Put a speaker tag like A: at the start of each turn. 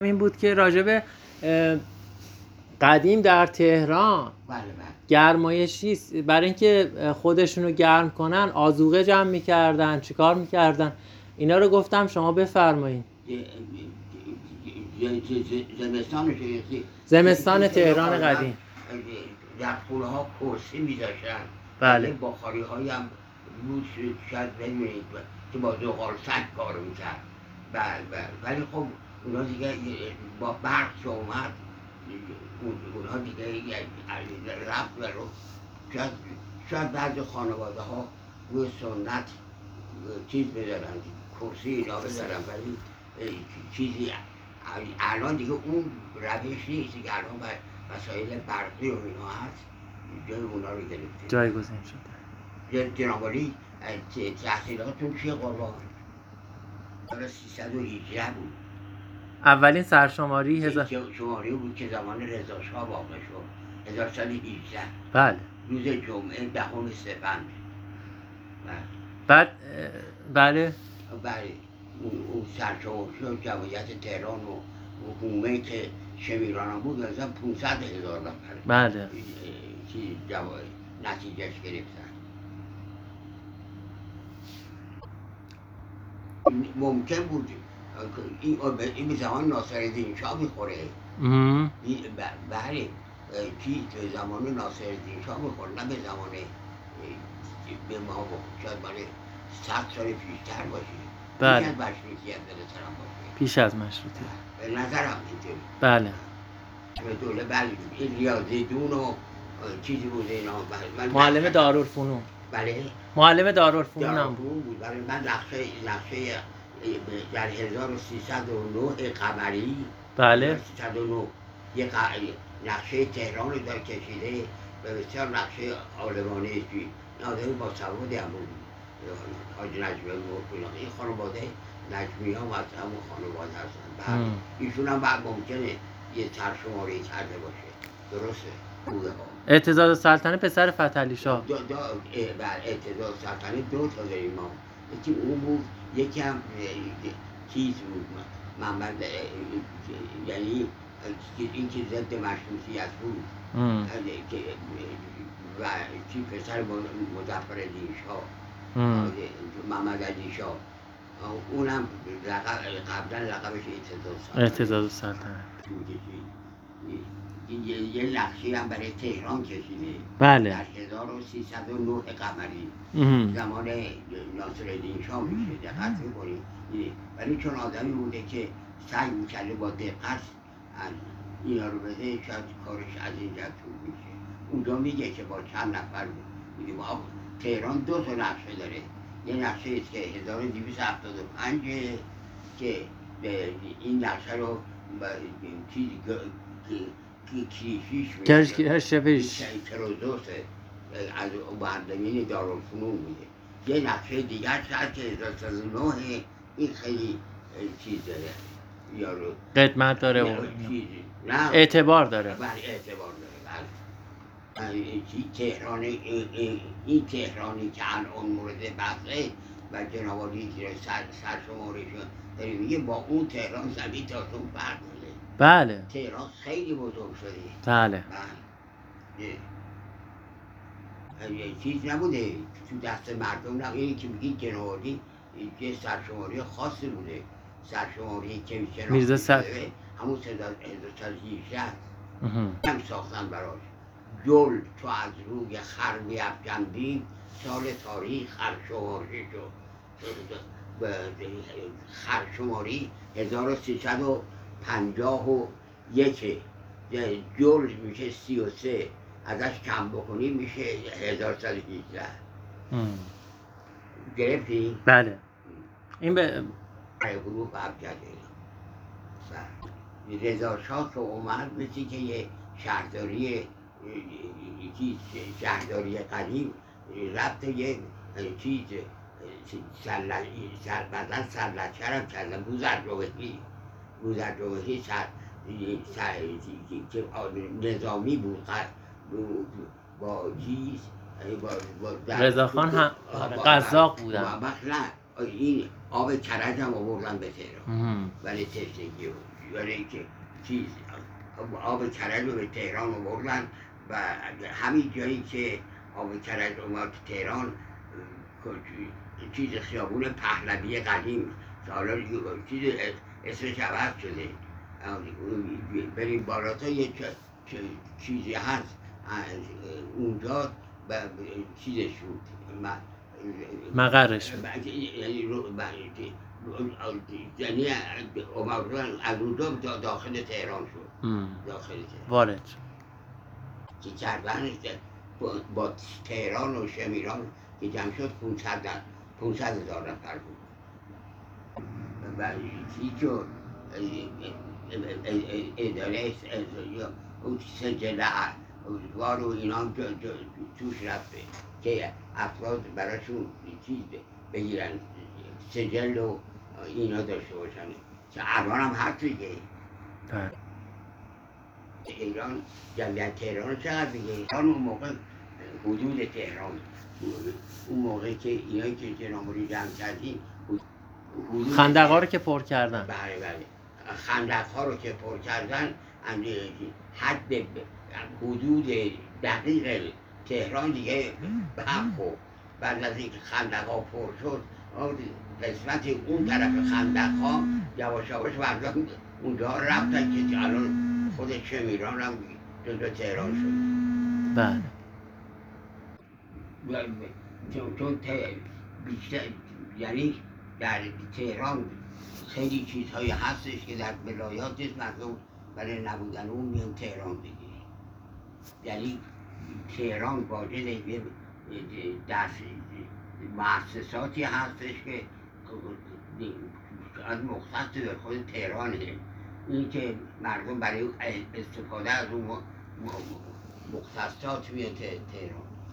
A: این بود که راجب اه، قدیم در تهران
B: بله بله
A: گرمایشی س- برای اینکه خودشونو گرم کنن آزوقه جمع میکردن چیکار میکردن اینا رو گفتم شما بفرمایید
B: ج- ج- ج- ج- زمستان شگفتی
A: زمستان
B: اینکه
A: تهران
B: آدم
A: قدیم
B: در خونه ها کرسی میذاشتن
A: بله
B: بخاری های هم بود شاید نمیدونید که با زغال سنگ کار میکرد بله بله ولی خب اونا دیگه با برق که اومد اون- اونها دیگه یک- رفت و رو شاید, شاید بعضی خانواده ها روی سنت چیز بدارن کرسی اینا بدارن ولی اه، چیزی الان دیگه اون روش نیست که الان مسائل برقی و اینا هست جای اونا رو گرفته
A: جایگزین شد
B: جنابالی تحصیلاتون چیه قربان؟ سال 318 بود
A: اولین سرشماری هزار
B: که شماره بود که زمان رضا شاه واقع شد 1118
A: بله
B: روز جمعه دهم سپند و-
A: بعد اه، بله
B: بله اون اون سرشمار شد جمعیت تهران و حکومه که شمیران هم بود مثلا 500 هزار نفر
A: بله
B: اه، چیز جوا- نتیجهش گرفتن ممکن بود این به این به زمان ناصرالدین شاه میخوره
A: مهم.
B: این ب- بله اه، چیز به زمان ناصرالدین شاه میخوره نه به زمان اه، به ما بخوره شاید برای صد سال پیشتر باشه
A: بله.
B: یکی از مشروطیت به نظرم باشه
A: پیش از مشروطه
B: به نظرم اینطوری
A: بله
B: به دوله بله این ریاضی دون و اه، چیزی بود اینا بله. من-
A: معلم دارالفنون
B: بله
A: معلم دارالفنون هم
B: دارم
A: بود
B: بود برای من نقشه نقشه در 1309 قمری
A: بله
B: 1309 یه ق- نقشه تهران رو در کشیده به بسیار نقشه آلمانه چی آدم با سوادی هم بود حاج نجمی بود اینا. این خانواده نجمی هم از همون خانواده هستن بله
A: مم.
B: ایشون هم بعد ممکنه یه سرشماری کرده باشه درسته خوبه ها
A: اعتزاز السلطنه پسر فتحعلی شاه
B: دا دا اه، بر اعتدال سلطنه دو تا داریم ما یکی او بود یکی هم اه، چیز بود محمد اه، اه، یعنی اه، این که ضد مشروطیت بود
A: مم.
B: اه، که، اه، و چی پسر مظفر علی شاه
A: مم.
B: اه، محمد علی شاه اونم لقب قبلا لقبش اعتدال
A: اعتزاز السلطنه
B: یه یه نقشی هم برای تهران کشیده در
A: بله
B: 1309 قمری
A: مم.
B: زمان ناصرالدین شاه میشه دقت میکنید ولی چون آدمی بوده که سعی میکرده با دقت از اینا رو بده شاید کارش از اینجا طول میشه اونجا میگه که با چند نفر بود میگه با تهران دو تا نقشه داره یه نقشه است که 1275 که به این نقشه رو با- چیز کلیشیش
A: کرش پیش
B: این کرودوس از مردمین دارالفنون بوده یه نقشه دیگر هست که 1309 این خیلی اه، چیز داره یارو
A: قدمت داره و
B: نه،
A: اینا.
B: چیز- نه
A: اعتبار داره
B: بر اعتبار داره بله. این چی- تهران این- این- این تهرانی که الان مورد بحثه و جنابالی که سر سرشمارش داره میگه با اون تهران زمین تا اون فرق داره
A: بله
B: تهران خیلی بزرگ شده
A: بله
B: بله. اه. اه، بله. چیز نبوده تو دست مردم نه اینی که میگی جنوالی یه سرشماری خاصی بوده سرشماری که میشه
A: میرزا صف-
B: همون صدا 1318
A: مهم.
B: هم ساختن براش جل تو از روی خر میافکندی سال تاریخ خرشماری شد به- خرشماری 1350 و یکه یعنی جل میشه 33 ازش کم بکنی میشه 1118
A: مم.
B: گرفتی؟
A: بله این به
B: برای گروه ابجد اینا و رضا شاه که اومد مثل که یه شهرداری اه، چیز شهرداری قدیم رفت و یه اه، چیز سربزن سرلچه هم کردن بوزر جوهری بوزر جوهری سر سر- که نظامی بود با چیز با- با-
A: رضا خان هم-
B: با- با-
A: قزاق بودن.
B: با- وقت نه این آب کرج هم آوردن به تهران
A: مهم.
B: برای تشنگی و یعنی که چیز آب کرد رو به تهران آوردن و همین جایی که آب کرد اومد تهران چیز خیابون پهلوی قدیم حالا چیز اسمش عوض شده بریم بالاتا یه چ- چ- چیزی هست از اونجا و چیزش بود م-
A: مقرش بود.
B: بعد یعنی رو- بعد- یعنی اومدن از اونجا دا- داخل تهران شد
A: ام.
B: داخل تهران
A: وارد شد.
B: که کردنش که با- با تهران و شمیران که جمع شد 500 نفر- 500 هزار نفر بود و هیچ و- اداره یا اون سجل وار و اینا هم جو- جو- توش رفته که افراد براشون چیز بگیرن سجل و اینا داشته باشن که الان هم هست دیگه
A: بله.
B: ایران جمعیت تهران چقدر دیگه ایران اون موقع حدود تهران اون موقع که اینا که جناموری جمع کردیم حدود
A: خندق ها رو که پر کردن
B: بله بله خندق ها رو که پر کردن اند- حد ب- حدود دقیق تهران دیگه بخ و بعد از اینکه خندق ها پر شد آن قسمت اون طرف خندق ها یواش یواش مردم اونجا رفتن که الان خود شمیران هم جزو تهران شد
A: بله
B: و- و- چون- چون ته- بیشتر یعنی در تهران خیلی چیزهایی هستش که در ولایات نیست مردم برای نبودن اون میان تهران دیگه یعنی تهران واجد یه در مؤسساتی هستش که از مختص به خود تهرانه این که مردم برای استفاده از اون مختصات میان ته- تهران